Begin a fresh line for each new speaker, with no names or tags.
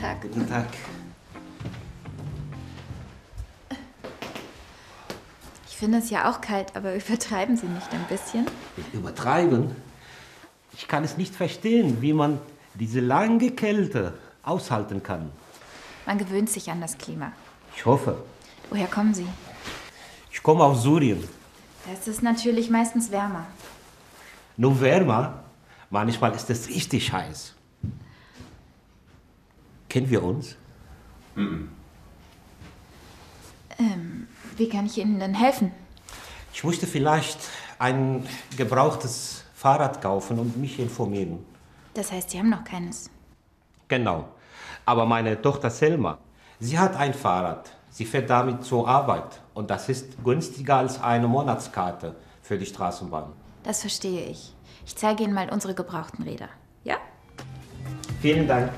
Tag.
Guten Tag.
Ich finde es ja auch kalt, aber übertreiben Sie nicht ein bisschen.
Übertreiben? Ich kann es nicht verstehen, wie man diese lange Kälte aushalten kann.
Man gewöhnt sich an das Klima.
Ich hoffe.
Woher kommen Sie?
Ich komme aus Syrien.
Da ist es natürlich meistens wärmer.
Nur wärmer. Manchmal ist es richtig heiß. Kennen wir uns?
Wie kann ich Ihnen denn helfen?
Ich möchte vielleicht ein gebrauchtes Fahrrad kaufen und mich informieren.
Das heißt, Sie haben noch keines.
Genau. Aber meine Tochter Selma, sie hat ein Fahrrad. Sie fährt damit zur Arbeit. Und das ist günstiger als eine Monatskarte für die Straßenbahn.
Das verstehe ich. Ich zeige Ihnen mal unsere gebrauchten Räder. Ja?
Vielen Dank.